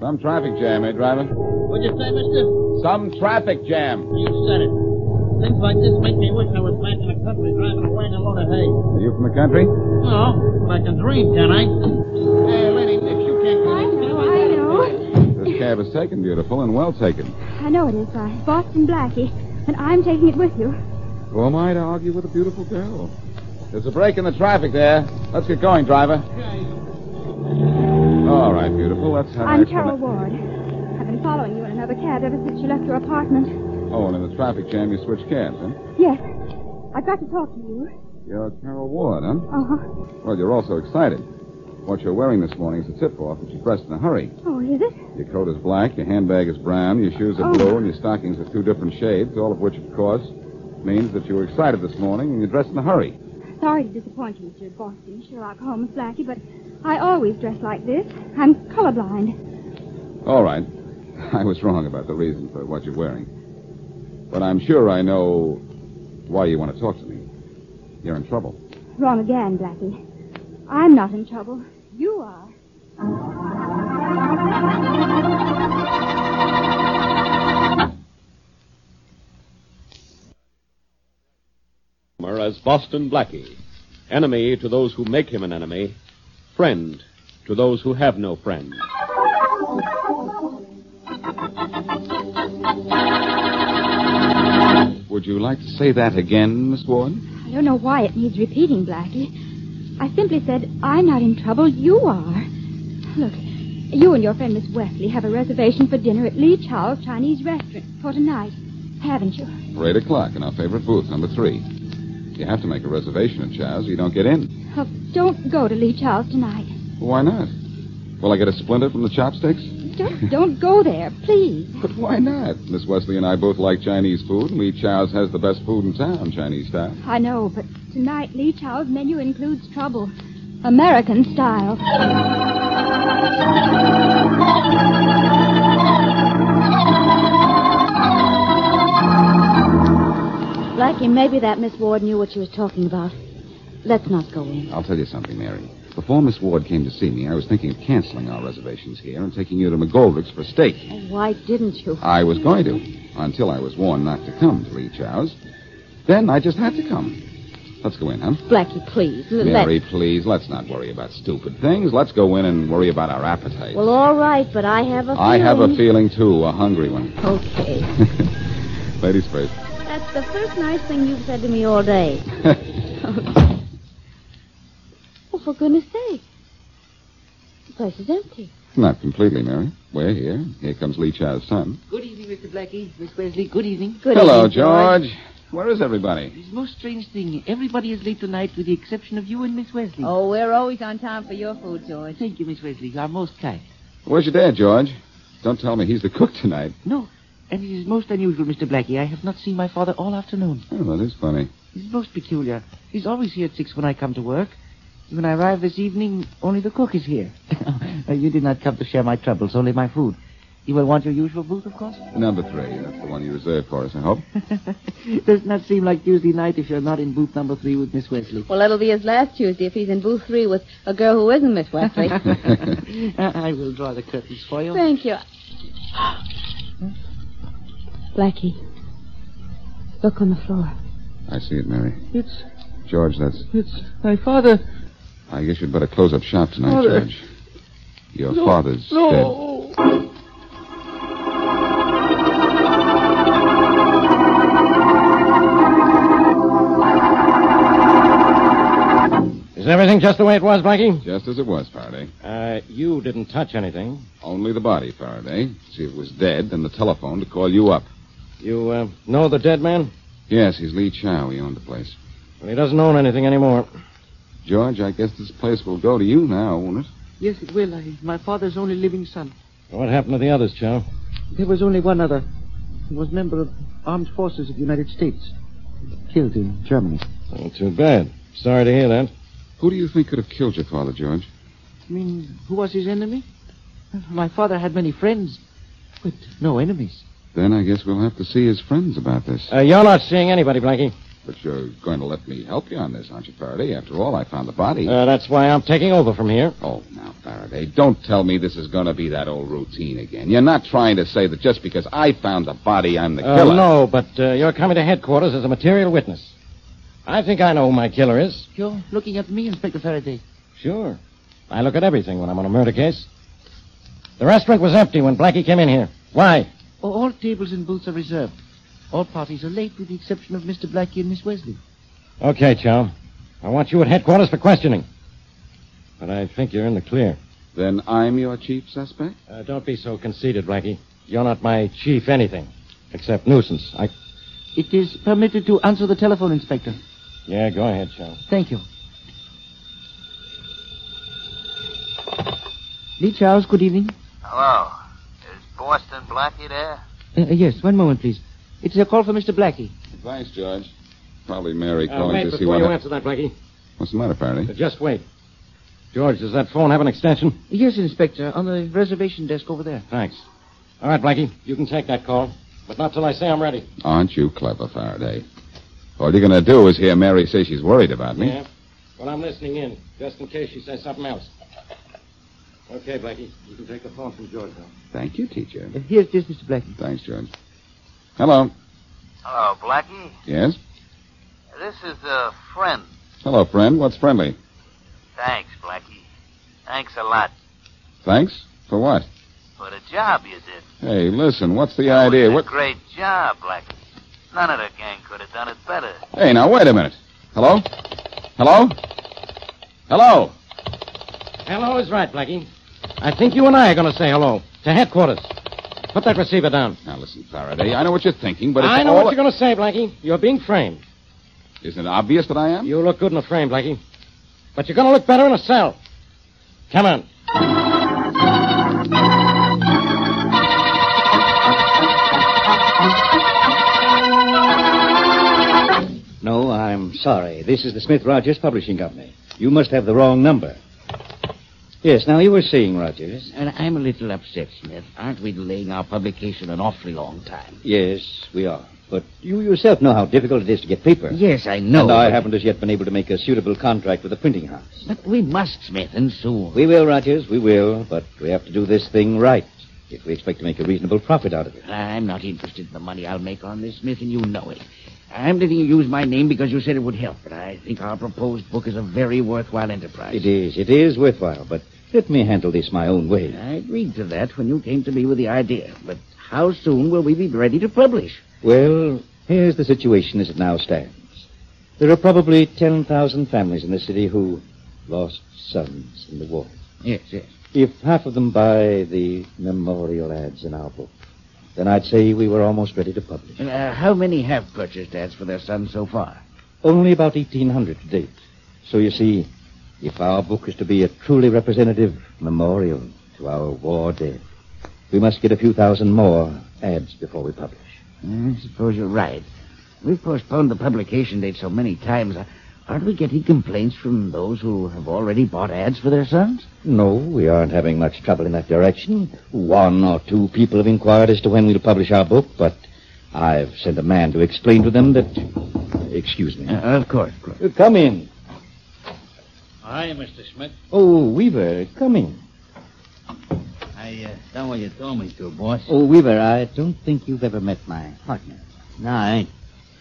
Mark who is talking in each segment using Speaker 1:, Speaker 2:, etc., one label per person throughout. Speaker 1: Some traffic jam, eh, driver?
Speaker 2: What'd you say, mister?
Speaker 1: Some traffic jam.
Speaker 2: You said it. Things like this make me wish I was back in the country driving a wagon load of hay.
Speaker 1: Are you from the country?
Speaker 2: No, but I can dream, can I? Hey, Lenny Dix, you can't go.
Speaker 3: I know, I know.
Speaker 1: This cab is taken, beautiful, and well taken.
Speaker 3: I know it is, I. Boston Blackie. And I'm taking it with you.
Speaker 1: Who am I to argue with a beautiful girl? There's a break in the traffic there. Let's get going, driver. All right, beautiful. Let's have
Speaker 3: I'm
Speaker 1: a-
Speaker 3: Carol Ward. I've been following you in another cab ever since you left your apartment.
Speaker 1: Oh, and in the traffic jam, you switch cabs, huh?
Speaker 3: Yes. I've got to talk to you.
Speaker 1: You're Carol Ward, huh?
Speaker 3: Uh huh.
Speaker 1: Well, you're also excited. What you're wearing this morning is a tip-off that you're dressed in a hurry.
Speaker 3: Oh, is it?
Speaker 1: Your coat is black, your handbag is brown, your shoes are
Speaker 3: Oh.
Speaker 1: blue, and your stockings are two different shades, all of which, of course, means that you were excited this morning and you're dressed in a hurry.
Speaker 3: Sorry to disappoint you, Mr. Boston, Sherlock Holmes Blackie, but I always dress like this. I'm colorblind.
Speaker 1: All right. I was wrong about the reason for what you're wearing. But I'm sure I know why you want to talk to me. You're in trouble.
Speaker 3: Wrong again, Blackie. I'm not in trouble. You are.
Speaker 4: Homer as Boston Blackie, enemy to those who make him an enemy, friend to those who have no friend.
Speaker 1: Would you like to say that again, Miss Warden?
Speaker 3: I don't know why it needs repeating, Blackie. I simply said, I'm not in trouble, you are. Look, you and your friend Miss Wesley have a reservation for dinner at Lee Chow's Chinese restaurant for tonight, haven't you?
Speaker 1: For eight o'clock in our favorite booth, number three. You have to make a reservation at Chow's or you don't get in.
Speaker 3: Oh, don't go to Lee Chow's tonight.
Speaker 1: Why not? Will I get a splinter from the chopsticks?
Speaker 3: Don't, don't go there, please.
Speaker 1: But why not? Miss Wesley and I both like Chinese food, and Lee Chow's has the best food in town, Chinese style.
Speaker 3: I know, but tonight Lee Chow's menu includes trouble. American style.
Speaker 5: Blackie, maybe that Miss Ward knew what she was talking about. Let's not go in.
Speaker 1: I'll tell you something, Mary. Before Miss Ward came to see me, I was thinking of canceling our reservations here and taking you to McGoldrick's for steak.
Speaker 5: Oh, why didn't you?
Speaker 1: I was going to, until I was warned not to come to Lee Chow's. Then I just had to come. Let's go in, huh?
Speaker 5: Blackie, please. l- let-
Speaker 1: Mary, please, let's not worry about stupid things. Let's go in and worry about our appetite.
Speaker 5: Well, all right, but I have a feeling.
Speaker 1: I have a feeling, too, a hungry one.
Speaker 5: Okay.
Speaker 1: Ladies first.
Speaker 5: That's the first nice thing you've said to me all day. Well, Oh, for goodness sake. The place is empty.
Speaker 1: not completely, Mary. We're here. Here comes Lee Chow's son.
Speaker 6: Good evening, Mr. Blackie. Miss Wesley, good evening.
Speaker 5: Good
Speaker 1: Hello,
Speaker 5: evening, George.
Speaker 1: George. Where is everybody?
Speaker 6: It's the most strange thing. Everybody is late tonight with the exception of you and Miss Wesley.
Speaker 7: Oh, we're always on time for your food, George.
Speaker 6: Thank you, Miss Wesley. You are most kind.
Speaker 1: Where's your dad, George? Don't tell me he's the cook tonight.
Speaker 6: No, and it is most unusual, Mr. Blackie. I have not seen my father all afternoon.
Speaker 1: Oh, that is funny.
Speaker 6: It's most peculiar. He's always here at six when I come to work. When I arrive this evening, only the cook is here. Uh, you did not come to share my troubles, only my food. You will want your usual booth, of course.
Speaker 1: Number three. That's the one you reserved for us, I hope.
Speaker 6: Does not seem like Tuesday night if you're not in booth number three with Miss Wesley.
Speaker 5: Well, that'll be his last Tuesday if he's in booth three with a girl who isn't Miss Wesley.
Speaker 6: I eh? I will draw the curtains for you.
Speaker 5: Thank you.
Speaker 2: Blackie, look on the floor.
Speaker 1: I see it, Mary.
Speaker 6: It's
Speaker 1: George, that's.
Speaker 6: it's my father.
Speaker 1: I guess you'd better close up shop tonight,
Speaker 6: Father.
Speaker 1: George. Your father's dead.
Speaker 6: No.
Speaker 8: Isn't everything just the way it was, Blackie?
Speaker 1: Just as it was, Faraday.
Speaker 8: Uh, you didn't touch anything.
Speaker 1: Only the body, Faraday. See, it was dead, and the telephone to call you up.
Speaker 8: You uh, know the dead man?
Speaker 1: Yes, he's Lee Chow. He owned the place.
Speaker 8: Well, he doesn't own anything anymore.
Speaker 1: George, I guess this place will go to you now, won't it?
Speaker 6: Yes, it will. I, my father's only living son.
Speaker 8: What happened to the others, Chow?
Speaker 6: There was only one other. He was member of Armed Forces of the United States. Killed in Germany.
Speaker 8: Oh, too bad. Sorry to hear that.
Speaker 1: Who do you think could have killed your father, George?
Speaker 6: I mean, who was his enemy? My father had many friends, but no enemies.
Speaker 1: Then I guess we'll have to see his friends about this.
Speaker 8: Uh, you're not seeing anybody, Blackie.
Speaker 1: But you're going to let me help you on this, aren't you, Faraday? After all, I found the body.
Speaker 8: Uh, that's why I'm taking over from here.
Speaker 1: Oh, now, Faraday, don't tell me this is going to be that old routine again. You're not trying to say that just because I found the body, I'm the
Speaker 8: Uh,
Speaker 1: killer.
Speaker 8: no, but uh, you're coming to headquarters as a material witness. I think I know who my killer is.
Speaker 6: You're looking at me, Inspector Faraday.
Speaker 8: Sure. I look at everything when I'm on a murder case. The restaurant was empty when Blackie came in here. Why?
Speaker 6: Oh, all tables and booths are reserved. All parties are late with the exception of Mr. Blackie and Miss Wesley.
Speaker 8: Okay, Chow. I want you at headquarters for questioning. But I think you're in the clear.
Speaker 1: Then I'm your chief suspect?
Speaker 8: Uh, don't be so conceited, Blackie. You're not my chief anything, except nuisance. I.
Speaker 6: It is permitted to answer the telephone, Inspector.
Speaker 8: Yeah, go ahead, Chow.
Speaker 6: Thank you. Lee Charles, good evening.
Speaker 9: Hello. Is Boston Blackie there?
Speaker 6: Uh, yes, one moment, please. It's a call for Mr. Blackie.
Speaker 1: Thanks, George. Probably Mary
Speaker 8: Uh,
Speaker 1: calling
Speaker 8: wait
Speaker 1: to see
Speaker 8: before
Speaker 1: what
Speaker 8: you
Speaker 1: hap-
Speaker 8: answer that, Blackie.
Speaker 1: What's the matter, Faraday?
Speaker 8: Uh, just wait. George, does that phone have an extension?
Speaker 6: Yes, Inspector, on the reservation desk over there.
Speaker 8: Thanks. All right, Blackie, you can take that call, but not till I say I'm ready.
Speaker 1: Aren't you clever, Faraday? All you're going to do is hear Mary say she's worried about me.
Speaker 8: Yeah. Well, I'm listening in, just in case she says something else. Okay, Blackie, you can take the phone from George now.
Speaker 1: Thank you, teacher.
Speaker 6: Uh, here's this, Mr. Blackie.
Speaker 1: Thanks, George. Hello.
Speaker 9: Hello, Blackie.
Speaker 1: Yes?
Speaker 9: This is a friend.
Speaker 1: Hello, friend. What's friendly?
Speaker 9: Thanks, Blackie. Thanks a lot
Speaker 1: Thanks? For what?
Speaker 9: for the job you did.
Speaker 1: Hey, listen, what's the
Speaker 9: That was
Speaker 1: idea?
Speaker 9: a
Speaker 1: What?
Speaker 9: great job, Blackie. None of the gang could have done it better.
Speaker 1: Hey, now, wait a minute. Hello? Hello? Hello?
Speaker 8: Hello is right, Blackie. I think you and I are going to say hello to headquarters. Put that receiver down.
Speaker 1: Now, listen, Faraday, I know what you're thinking, but it's
Speaker 8: I know
Speaker 1: all...
Speaker 8: what you're going to say, Blackie. You're being framed.
Speaker 1: Isn't it obvious that I am?
Speaker 8: You look good in a frame, Blackie. But you're going to look better in a cell. Come on.
Speaker 10: No, I'm sorry. This is the Smith Rogers Publishing Company. You must have the wrong number. Yes, now you were seeing Rogers.
Speaker 7: And I'm a little upset, Smith. Aren't we delaying our publication an awfully long time?
Speaker 10: Yes, we are. But you yourself know how difficult it is to get paper.
Speaker 7: Yes, I know.
Speaker 10: And I
Speaker 7: but-
Speaker 10: haven't as yet been able to make a suitable contract with the printing house.
Speaker 7: But we must, Smith, and soon.
Speaker 10: We will, Rogers, we will. But we have to do this thing right if we expect to make a reasonable profit out of it.
Speaker 7: I'm not interested in the money I'll make on this, Smith, and you know it. I'm letting you use my name because you said it would help, but I think our proposed book is a very worthwhile enterprise.
Speaker 10: It is. It is worthwhile. But let me handle this my own way.
Speaker 7: I agreed to that when you came to me with the idea, but how soon will we be ready to publish?
Speaker 10: Well, here's the situation as it now stands. There are probably 10,000 families in the city who lost sons in the war.
Speaker 7: Yes, yes.
Speaker 10: If half of them buy the memorial ads in our book, then I'd say we were almost ready to publish.
Speaker 7: Uh, how many have purchased ads for their sons so far?
Speaker 10: Only about 1,800 to date. So you see, if our book is to be a truly representative memorial to our war dead, we must get a few thousand more ads before we publish.
Speaker 7: I suppose you're right. We've postponed the publication date so many times. uh, I,
Speaker 9: Aren't we getting complaints from those who have already bought ads for their sons?
Speaker 10: No, we aren't having much trouble in that direction. One or two people have inquired as to when we'll publish our book, but I've sent a man to explain to them that. Excuse me.
Speaker 9: Uh, of course, of
Speaker 10: course. Come in.
Speaker 9: Hi, Mr. Schmidt.
Speaker 10: Oh, Weaver, come in.
Speaker 9: I uh, done what you told me to, boss.
Speaker 11: Oh, Weaver, I don't think you've ever met my partner. No, I ain't.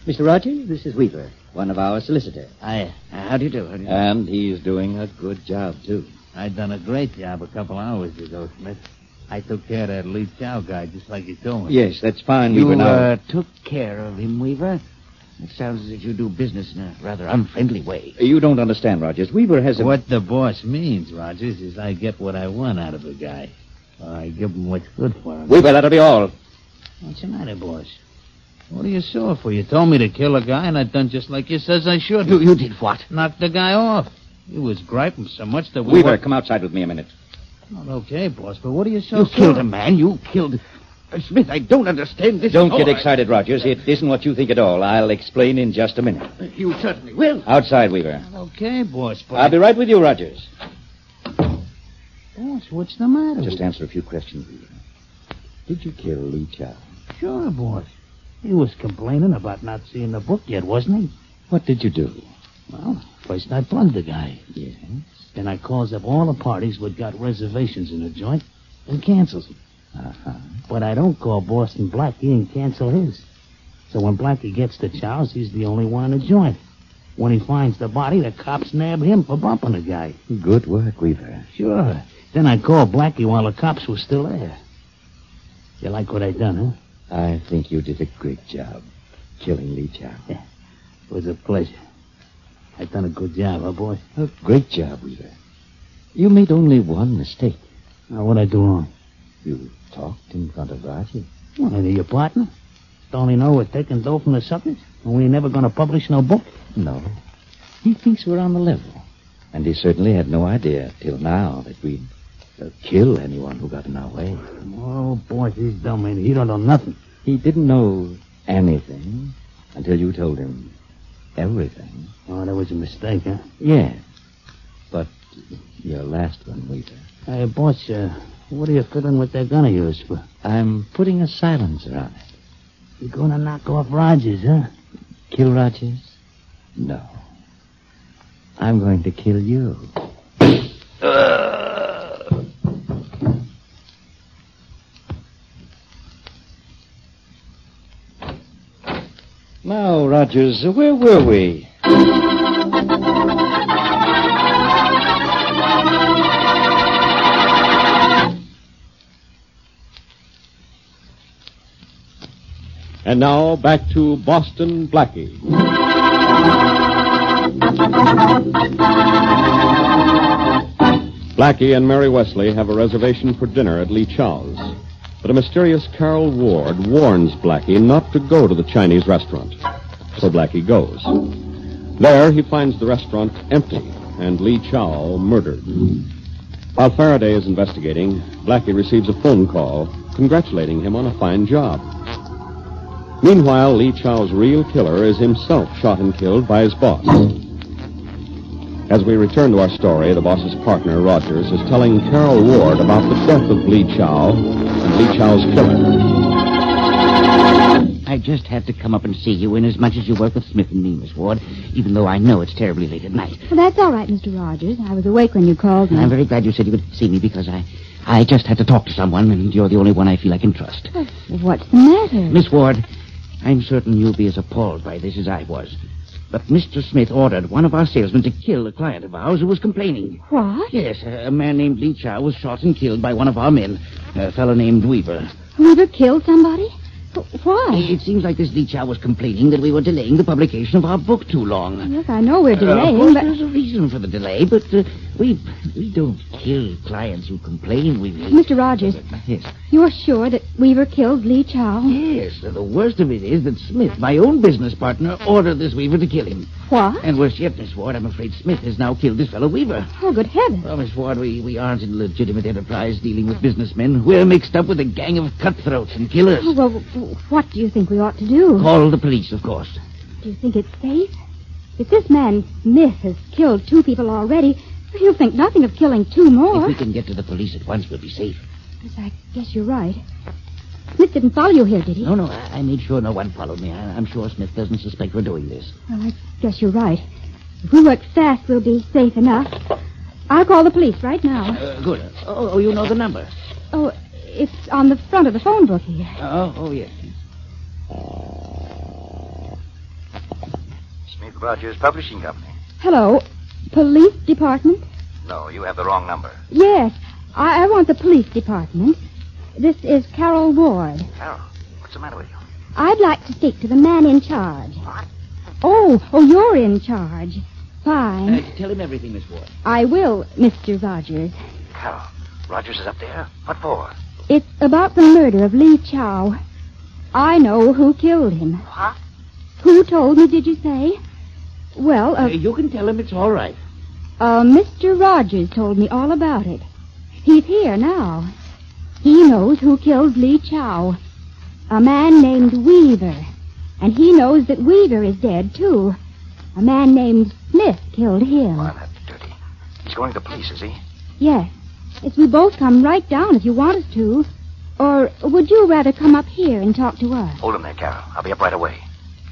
Speaker 11: Mr. Rogers, this is Weaver, one of our solicitors.
Speaker 9: I, how do Uh, you do? How do you do?
Speaker 10: And he's doing a good job, too.
Speaker 9: I done a great job a couple hours ago, Smith. I took care of that Lee Chow guy just like you told me.
Speaker 10: Yes, that's fine,
Speaker 9: Oh. you,
Speaker 10: Weaver. Now,
Speaker 9: uh, took care of him, Weaver. It sounds as if you do business in a rather unfriendly way.
Speaker 10: you don't understand, Rogers. Weaver has a.
Speaker 9: What the boss means, Rogers, is I get what I want out of a guy. I give him what's good for him.
Speaker 10: Weaver, that'll be all.
Speaker 9: What's the matter, boss? What are you sore for? You told me to kill a guy, and I done just like you says I should.
Speaker 11: You, you did what?
Speaker 9: Knocked the guy off. You was griping so much that we
Speaker 10: Weaver,
Speaker 9: were-
Speaker 10: come outside with me a minute.
Speaker 9: Not okay, boss, but what are you so
Speaker 10: You
Speaker 9: sore?
Speaker 10: killed
Speaker 9: a
Speaker 11: man. You killed. uh, Smith, I don't understand this. Oh,
Speaker 10: Don't
Speaker 11: at
Speaker 10: get
Speaker 11: all.
Speaker 10: excited, Rogers. It isn't what you think at all. I'll explain in just a minute.
Speaker 11: I- you certainly will.
Speaker 10: Outside, Weaver.
Speaker 9: Okay, boss, but.
Speaker 10: I'll be right with you, Rogers.
Speaker 9: Boss, what's the matter?
Speaker 10: Just answer a few questions, Weaver. Did you kill Lee Chow?
Speaker 9: Sure, boss. He was complaining about not seeing the book yet, wasn't he?
Speaker 10: What did you do?
Speaker 9: Well, first I plugged the guy.
Speaker 10: Yes.
Speaker 9: Then I calls up all the parties what got reservations in the joint and cancels them.
Speaker 10: Uh-huh.
Speaker 9: But I don't call Boston Blackie and cancel his. So when Blackie gets to Chow's, he's the only one in the joint. When he finds the body, the cops nab him for bumping the guy.
Speaker 10: Good work, Weaver.
Speaker 9: Sure. Then I called Blackie while the cops were still there. You like what I done, huh?
Speaker 10: I think you did a great job killing Lee Chow.
Speaker 9: It was a pleasure. I done a good job, huh, boy?
Speaker 10: A great job, Weaver. You made only one mistake.
Speaker 9: Now, what I do wrong?
Speaker 10: You talked in front of Rogers.
Speaker 9: Well, ain't he your partner? Don't he know we're taking dough from the suckers? And we ain't never going to publish no book?
Speaker 10: No. He thinks we're on the level. And he certainly had no idea till now that we'd uh, kill anyone who got in our way.
Speaker 9: Oh, boy, he's dumb, ain't he? He don't know nothing.
Speaker 10: He didn't know anything until you told him everything.
Speaker 9: Oh, that was a mistake, huh?
Speaker 10: Yes. But your last one, Weaver.
Speaker 9: Hey, boss, uh, what are you fiddling with that gun of yours for?
Speaker 10: I'm putting a silencer on it.
Speaker 9: You going to knock off Rogers, huh?
Speaker 10: Kill Rogers? No. I'm going to kill you. Now, Rogers, where were we?
Speaker 4: And now back to Boston Blackie. Blackie and Mary Wesley have a reservation for dinner at Lee Chow's. But a mysterious Carol Ward warns Blackie not to go to the Chinese restaurant. So Blackie goes. There, he finds the restaurant empty and Lee Chow murdered. While Faraday is investigating, Blackie receives a phone call congratulating him on a fine job. Meanwhile, Lee Chow's real killer is himself shot and killed by his boss. As we return to our story, the boss's partner, Rogers, is telling Carol Ward about the death of Lee Chow and Lee Chow's killer.
Speaker 7: I just had to come up and see you, inasmuch as you work with Smith and me, Miss Ward, even though I know it's terribly late at night.
Speaker 3: Well, that's all right, Mr. Rogers. I was awake when you called me.
Speaker 7: I'm very glad you said you would see me because I, I just had to talk to someone, and you're the only one I feel I can trust.
Speaker 3: What's the matter?
Speaker 7: Miss Ward, I'm certain you'll be as appalled by this as I was. But Mr. Smith ordered one of our salesmen to kill a client of ours who was complaining.
Speaker 3: What?
Speaker 7: Yes, a a man named Lee Chow was shot and killed by one of our men, a fellow named Weaver.
Speaker 3: Weaver killed somebody? Wh- Why?
Speaker 7: It seems like this Lee Chow was complaining that we were delaying the publication of our book too long.
Speaker 3: Yes, I know Oh, we're
Speaker 7: Uh, of
Speaker 3: delaying,
Speaker 7: course,
Speaker 3: but
Speaker 7: there's a reason for the delay, but uh, we we don't kill clients who complain. We
Speaker 3: Mr. Rogers,
Speaker 7: yes,
Speaker 3: you're sure that Weaver killed Lee Chow?
Speaker 7: yes. The worst of it is that Smith, my own business partner,
Speaker 3: Uh-huh.
Speaker 7: ordered this Weaver to kill him.
Speaker 3: What?
Speaker 7: And worse yet, Miss Ward, I'm afraid Smith has now killed this fellow Weaver.
Speaker 3: Oh, good heavens.
Speaker 7: Well, Miss Ward, we, we aren't in legitimate enterprise dealing with businessmen. We're mixed up with a gang of cutthroats and killers.
Speaker 3: Oh, well, w- what do you think we ought to do?
Speaker 7: Call the police, of course.
Speaker 3: Do you think it's safe? If this man Smith has killed two people already, he'll think nothing of killing two
Speaker 7: If
Speaker 3: more.
Speaker 7: we can get to the police at once, we'll be safe.
Speaker 3: Yes, I guess you're right. Smith didn't follow you here, did he?
Speaker 7: No, no, I, I made sure no one followed me. I, I'm sure Smith doesn't suspect we're doing this.
Speaker 3: Well, I guess you're right. If we work fast, we'll be safe enough. I'll call the police right now.
Speaker 7: Uh, good. Oh, oh, you know the number.
Speaker 3: Oh, it's on the front of the phone book here.
Speaker 7: Oh, oh, yes.
Speaker 12: Smith Rogers Publishing Company.
Speaker 3: Hello, police department?
Speaker 12: No, you have the wrong number.
Speaker 3: Yes, I, I want the police department. This is Carol Ward.
Speaker 12: Carol, what's the matter with you?
Speaker 3: I'd like to speak to the man in charge. Oh, oh, you're in charge. Fine.
Speaker 7: Uh, tell him everything, Miss Ward.
Speaker 3: I will, Mr. Rogers.
Speaker 12: Carol, Rogers is up there? What for?
Speaker 3: It's about the murder of Lee Chow. I know who killed him.
Speaker 12: What?
Speaker 3: Who told me, did you say? Well, uh,
Speaker 7: you can tell him it's all right.
Speaker 3: uh, Mr. Rogers told me all about it. He's here now. He knows who killed Lee Chow. A man named Weaver. And he knows that Weaver is dead, too. A man named Smith killed him.
Speaker 12: He's going to the police, is he?
Speaker 3: Yes. If we both come right down if you want us to. Or would you rather come up here and talk to us?
Speaker 12: Hold him there, Carol. I'll be up right away.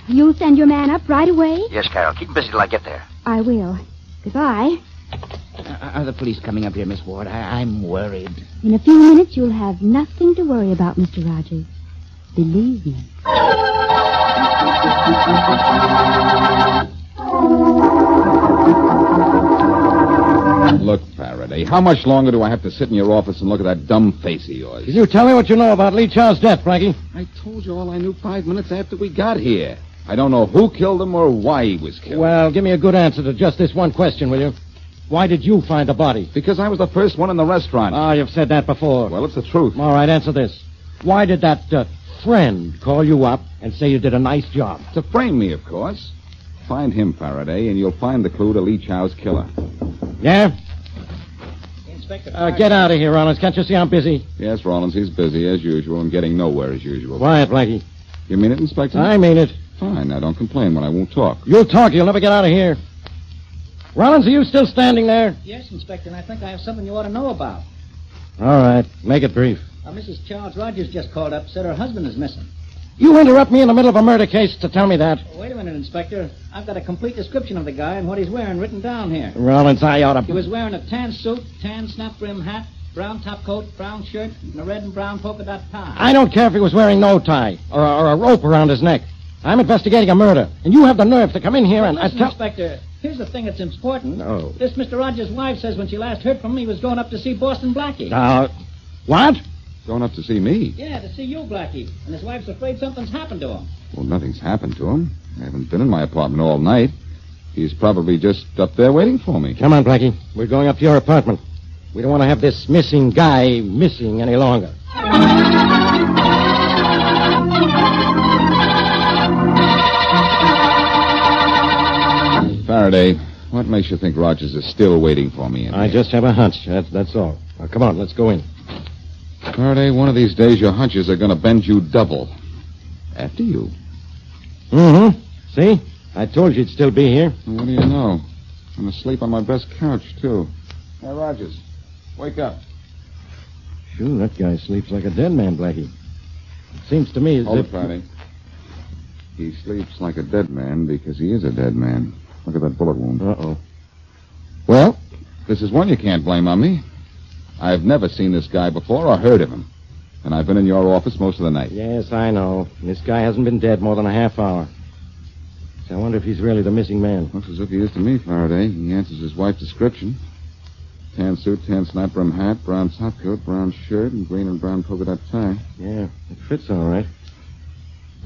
Speaker 3: You'll send your man up right away?
Speaker 12: Yes, Carol. Keep him busy till I get there.
Speaker 3: I will. Goodbye.
Speaker 7: Are the police coming up here, Miss Ward? I, I'm worried.
Speaker 3: In a few minutes, you'll have nothing to worry about, Mr. Rogers. Believe me.
Speaker 1: Look, Faraday, how much longer do I have to sit in your office and look at that dumb face of yours?
Speaker 8: Did you tell me what you know about Lee Chow's death, Blackie?
Speaker 1: I told you all I knew five minutes after we got here. I don't know who killed him or why he was killed.
Speaker 8: Well, give me a good answer to just this one question, will you? Why did you find the body?
Speaker 1: Because I was the first one in the restaurant.
Speaker 8: Ah, you've said that before.
Speaker 1: Well, it's the truth.
Speaker 8: All right, answer this. Why did that uh, friend call you up and say you did a nice job?
Speaker 1: To frame me, of course. Find him, Faraday, and you'll find the clue to Lee Chow's killer.
Speaker 8: Yeah? Uh, get out of here, Rollins. Can't you see I'm busy?
Speaker 1: Yes, Rollins, he's busy as usual and getting nowhere as usual.
Speaker 8: Quiet, Blackie.
Speaker 1: You mean it, Inspector?
Speaker 8: I mean it.
Speaker 1: Fine, now don't complain when I won't talk.
Speaker 8: You'll talk. You'll never get out of here. Rollins, are you still standing there?
Speaker 13: Yes, Inspector, and I think I have something you ought to know about.
Speaker 8: All right. Make it brief.
Speaker 13: Uh, Mrs. Charles Rogers just called up, said her husband is missing.
Speaker 8: You interrupt me in the middle of a murder case to tell me that.
Speaker 13: Wait a minute, Inspector. I've got a complete description of the guy and what he's wearing written down here.
Speaker 8: Rollins, I ought
Speaker 13: He
Speaker 8: to.
Speaker 13: was wearing a tan suit, tan snap brim hat, brown top coat, brown shirt, and a red and brown polka dot tie.
Speaker 8: I don't care if he was wearing no tie or, or a rope around his neck. I'm investigating a murder, and you have the nerve to come in here and uh,
Speaker 13: Listen,
Speaker 8: tell.
Speaker 13: Inspector, here's the thing that's important.
Speaker 8: No.
Speaker 13: This Mr. Rogers' wife says when she last heard from him, he was going up to see Boston Blackie.
Speaker 8: Now, uh, what?
Speaker 1: Going up to see me.
Speaker 13: Yeah, to see you, Blackie. And his wife's afraid something's happened to him.
Speaker 1: Well, nothing's happened to him. I haven't been in my apartment all night. He's probably just up there waiting for me.
Speaker 8: Come on, Blackie. We're going up to your apartment. We don't want to have this missing guy missing any longer.
Speaker 1: Faraday, what makes you think Rogers is still waiting for me? In
Speaker 8: I just have a hunch. That's, that's all. Now, come on, let's go in.
Speaker 1: Faraday, one of these days your hunches are going to bend you double. After you.
Speaker 8: Mm-hmm. See? I told you he'd still be here.
Speaker 1: What do you know? I'm asleep on my best couch, too. Hey, Rogers, wake up.
Speaker 8: Sure, that guy sleeps like a dead man, Blackie. It seems to me as
Speaker 1: Hold
Speaker 8: if...
Speaker 1: it, Faraday. He sleeps like a dead man because he is a dead man. Look at that bullet wound.
Speaker 8: Uh-oh.
Speaker 1: Well, this is one you can't blame on me. I've never seen this guy before or heard of him. And I've been in your office most of the night.
Speaker 8: Yes, I know. This guy hasn't been dead more than a half hour. So I wonder if he's really the missing man.
Speaker 1: Looks as if he is to me, Faraday. He answers his wife's description. Tan suit, tan snap brim hat, brown top coat, brown shirt, and green and brown polka dot tie.
Speaker 8: Yeah, it fits all right.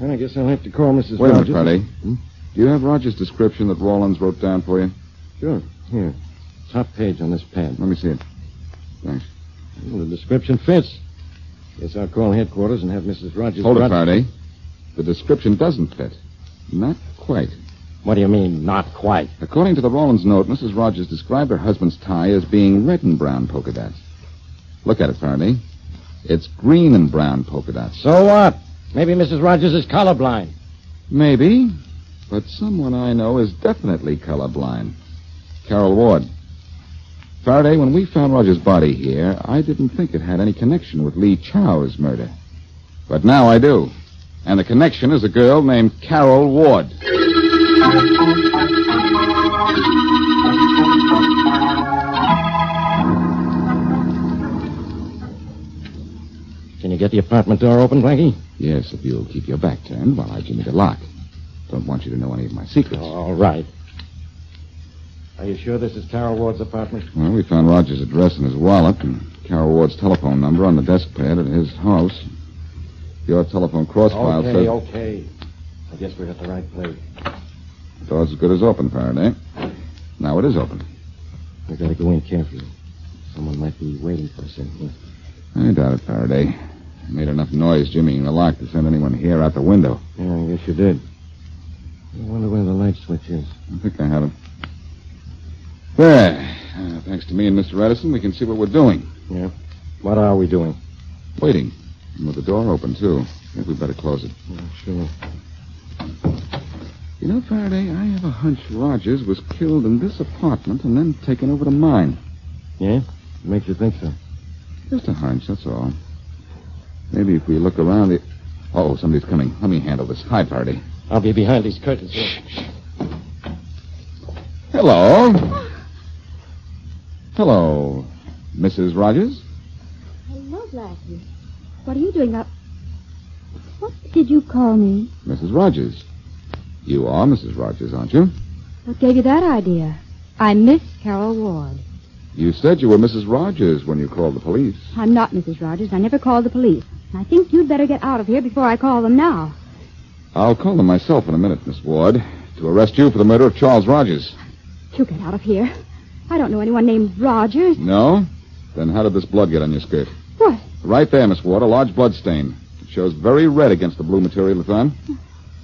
Speaker 8: Then I guess I'll have to call Mrs.
Speaker 1: Wait a minute,
Speaker 8: Rogers.
Speaker 1: Faraday.
Speaker 8: Hmm?
Speaker 1: Do you have Roger's description that Rawlins wrote down for you?
Speaker 8: Sure. Here. Top page on this pad.
Speaker 1: Let me see it. Thanks.
Speaker 8: Well, the description fits. Guess I'll call headquarters and have Mrs. Rogers.
Speaker 1: Hold it,
Speaker 8: brought-
Speaker 1: Faraday. The description doesn't fit. Not quite.
Speaker 8: What do you mean, not quite?
Speaker 1: According to the Rollins note, Mrs. Rogers described her husband's tie as being red and brown polka dots. Look at it, Faraday. It's green and brown polka dots.
Speaker 8: So what? Maybe Mrs. Rogers is colorblind.
Speaker 1: Maybe. But someone I know is definitely colorblind. Carol Ward. Faraday, when we found Roger's body here, I didn't think it had any connection with Lee Chow's murder. But now I do. And the connection is a girl named Carol Ward.
Speaker 8: Can you get the apartment door open, Blackie?
Speaker 1: Yes, if you'll keep your back turned while I jimmy the lock. Don't want you to know any of my secrets.
Speaker 8: All right. Are you sure this is Carol Ward's apartment?
Speaker 1: Well, we found Roger's address in his wallet and Carol Ward's telephone number on the desk pad at his house. Your telephone cross file
Speaker 8: okay,
Speaker 1: says
Speaker 8: okay. I guess we're at the right place.
Speaker 1: the door's as good as open, Faraday. Now it is open.
Speaker 8: We gotta go in carefully. Someone might be waiting for us in here.
Speaker 1: I doubt it, Faraday. I made enough noise jimmying the lock to send anyone here out the window.
Speaker 8: Yeah, I guess you did. I wonder where the light switch is.
Speaker 1: I think I have it. There. Uh, thanks to me and Mr. Edison, we can see what we're doing.
Speaker 8: Yeah. What are we doing?
Speaker 1: Waiting. And with the door open, too. I think we better close it.
Speaker 8: Oh, sure.
Speaker 1: You know, Faraday, I have a hunch Rogers was killed in this apartment and then taken over to mine.
Speaker 8: Yeah? Makes you think so.
Speaker 1: Just a hunch, that's all. Maybe if we look around it. Oh, somebody's coming. Let me handle this. Hi, Faraday.
Speaker 8: I'll be behind these curtains. here.
Speaker 1: Hello. Hello, Mrs. Rogers.
Speaker 3: Hello, Blackie. What are you doing up? What did you call me?
Speaker 1: Mrs. Rogers. You are Mrs. Rogers, aren't you?
Speaker 3: What gave you that idea? I'm Miss Carol Ward.
Speaker 1: You said you were Mrs. Rogers when you called the police.
Speaker 3: I'm not Mrs. Rogers. I never called the police. I think you'd better get out of here before I call them now.
Speaker 1: I'll call them myself in a minute, Miss Ward, to arrest you for the murder of Charles Rogers.
Speaker 3: You get out of here. I don't know anyone named Rogers.
Speaker 1: No? Then how did this blood get on your skirt?
Speaker 3: What?
Speaker 1: Right there, Miss Ward, a large blood stain. It shows very red against the blue material it's on.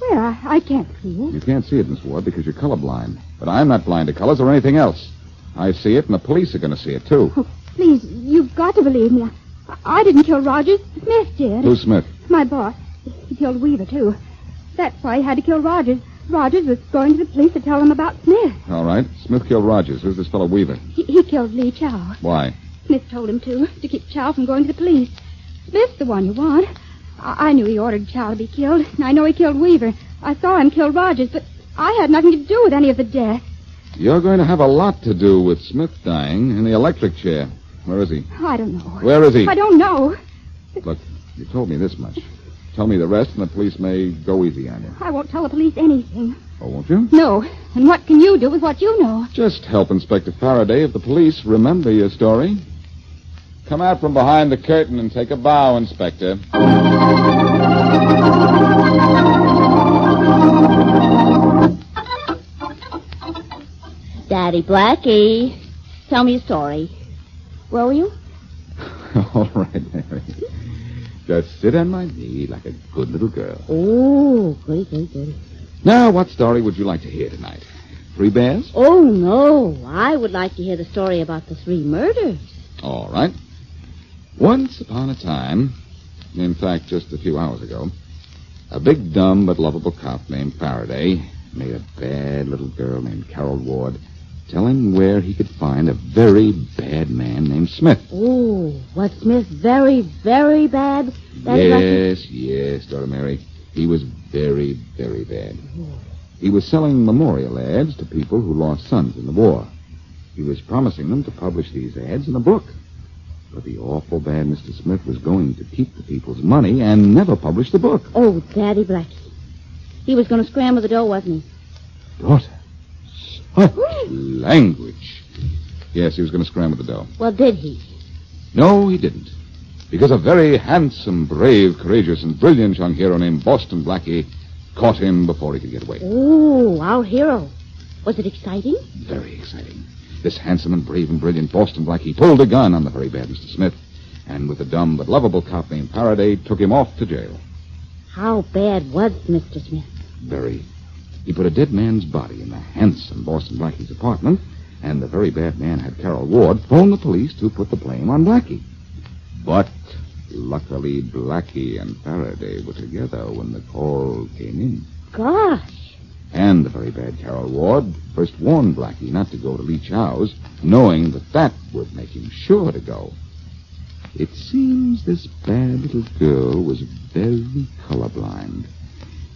Speaker 3: Where? I, I can't see it.
Speaker 1: You can't see it, Miss Ward, because you're colorblind. But I'm not blind to colors or anything else. I see it, and the police are going to see it, too.
Speaker 3: Please, you've got to believe me. I, I didn't kill Rogers. Smith did.
Speaker 1: Lou Smith.
Speaker 3: My boss. He killed Weaver, too. That's why he had to kill Rogers. Rogers was going to the police to tell them about Smith.
Speaker 1: All right. Smith killed Rogers. Who's this fellow Weaver?
Speaker 3: He, he killed Lee Chow.
Speaker 1: Why?
Speaker 3: Smith told him to, to keep Chow from going to the police. Smith's the one you want. I, I knew he ordered Chow to be killed, and I know he killed Weaver. I saw him kill Rogers, but I had nothing to do with any of the death.
Speaker 1: You're going to have a lot to do with Smith dying in the electric chair. Where is he?
Speaker 3: I don't know.
Speaker 1: Where is he?
Speaker 3: I don't know.
Speaker 1: Look, you told me this much. Tell me the rest, and the police may go easy on you.
Speaker 3: I won't tell the police anything.
Speaker 1: Oh, won't you?
Speaker 3: No. And what can you do with what you know?
Speaker 1: Just help Inspector Faraday if the police remember your story. Come out from behind the curtain and take a bow, Inspector.
Speaker 5: Daddy Blackie, tell me a story. Where were you?
Speaker 1: All right, Mary. Just sit on my knee like a good little girl.
Speaker 5: Oh, great, great, great.
Speaker 1: Now, what story would you like to hear tonight? Three bears?
Speaker 5: Oh, no. I would like to hear the story about the three murders.
Speaker 1: All right. Once upon a time, in fact, just a few hours ago, a big, dumb, but lovable cop named Faraday made a bad little girl named Carol Ward tell him where he could find a very bad man named Smith.
Speaker 5: Oh, was Smith very, very bad? Daddy Blackie?
Speaker 1: yes, yes, daughter Mary. He was very, very bad. He was selling memorial ads to people who lost sons in the war. He was promising them to publish these ads in a book. But the awful bad Mr. Smith was going to keep the people's money and never publish the book.
Speaker 5: Oh, Daddy Blackie. He was going to scramble the door, wasn't he?
Speaker 1: Daughter. What language? Yes, he was going to scramble the dough.
Speaker 5: Well, did he?
Speaker 1: No, he didn't. Because a very handsome, brave, courageous, and brilliant young hero named Boston Blackie caught him before he could get away.
Speaker 5: Oh, our hero. Was it exciting?
Speaker 1: Very exciting. This handsome and brave and brilliant Boston Blackie pulled a gun on the very bad Mr. Smith, and with a dumb but lovable cop named Faraday, took him off to jail.
Speaker 5: How bad was Mr. Smith?
Speaker 1: Very. He put a dead man's body in the handsome Boston Blackie's apartment, and the very bad man had Carol Ward phone the police to put the blame on Blackie. But luckily, Blackie and Faraday were together when the call came in.
Speaker 5: Gosh.
Speaker 1: and the very bad Carol Ward first warned Blackie not to go to Lee Chow's, knowing that that would make him sure to go. It seems this bad little girl was very colorblind.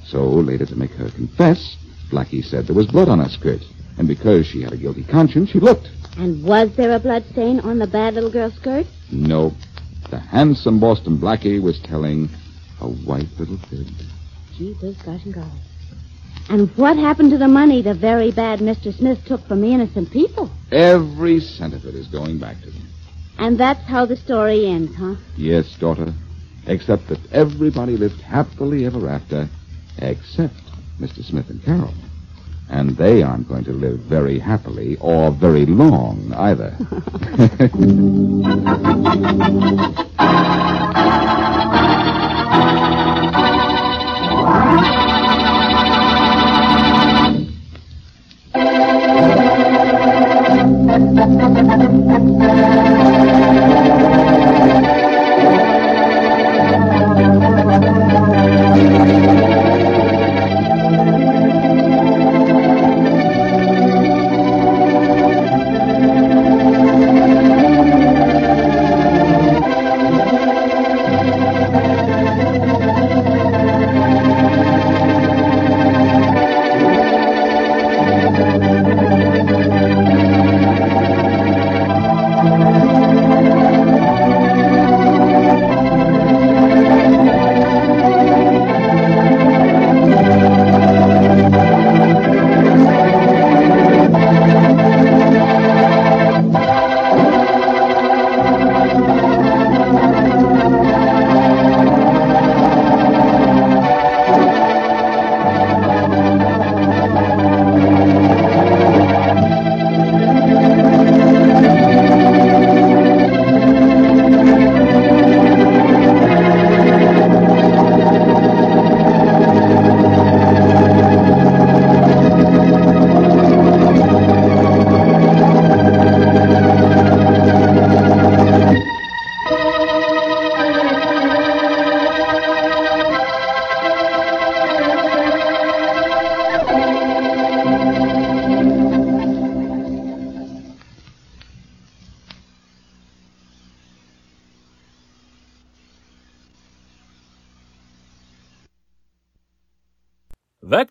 Speaker 1: So, later to make her confess, Blackie said there was blood on her skirt, and because she had a guilty conscience, she looked.
Speaker 5: And was there a blood stain on the bad little girl's skirt?
Speaker 1: No, the handsome Boston Blackie was telling a white little fib.
Speaker 5: Jesus, gosh and golly. And what happened to the money the very bad Mr. Smith took from the innocent people?
Speaker 1: Every cent of it is going back to them.
Speaker 5: And that's how the story ends, huh?
Speaker 1: Yes, daughter, except that everybody lived happily ever after, except Mr. Smith and Carol. And they aren't going to live very happily or very long either.
Speaker 14: That